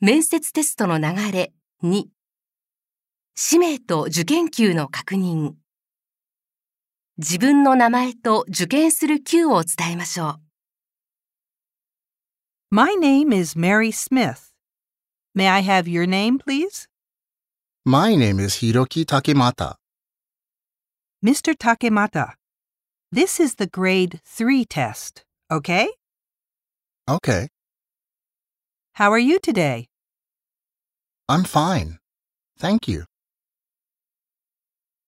面接テストの流れ2氏名と受験級の確認自分の名前と受験する級を伝えましょう My name is Mary Smith. May I have your name, please? My name is Hiroki Takemata. Mr. Takemata. This is the grade 3 test, okay? Okay, How are you today? I'm fine. Thank you.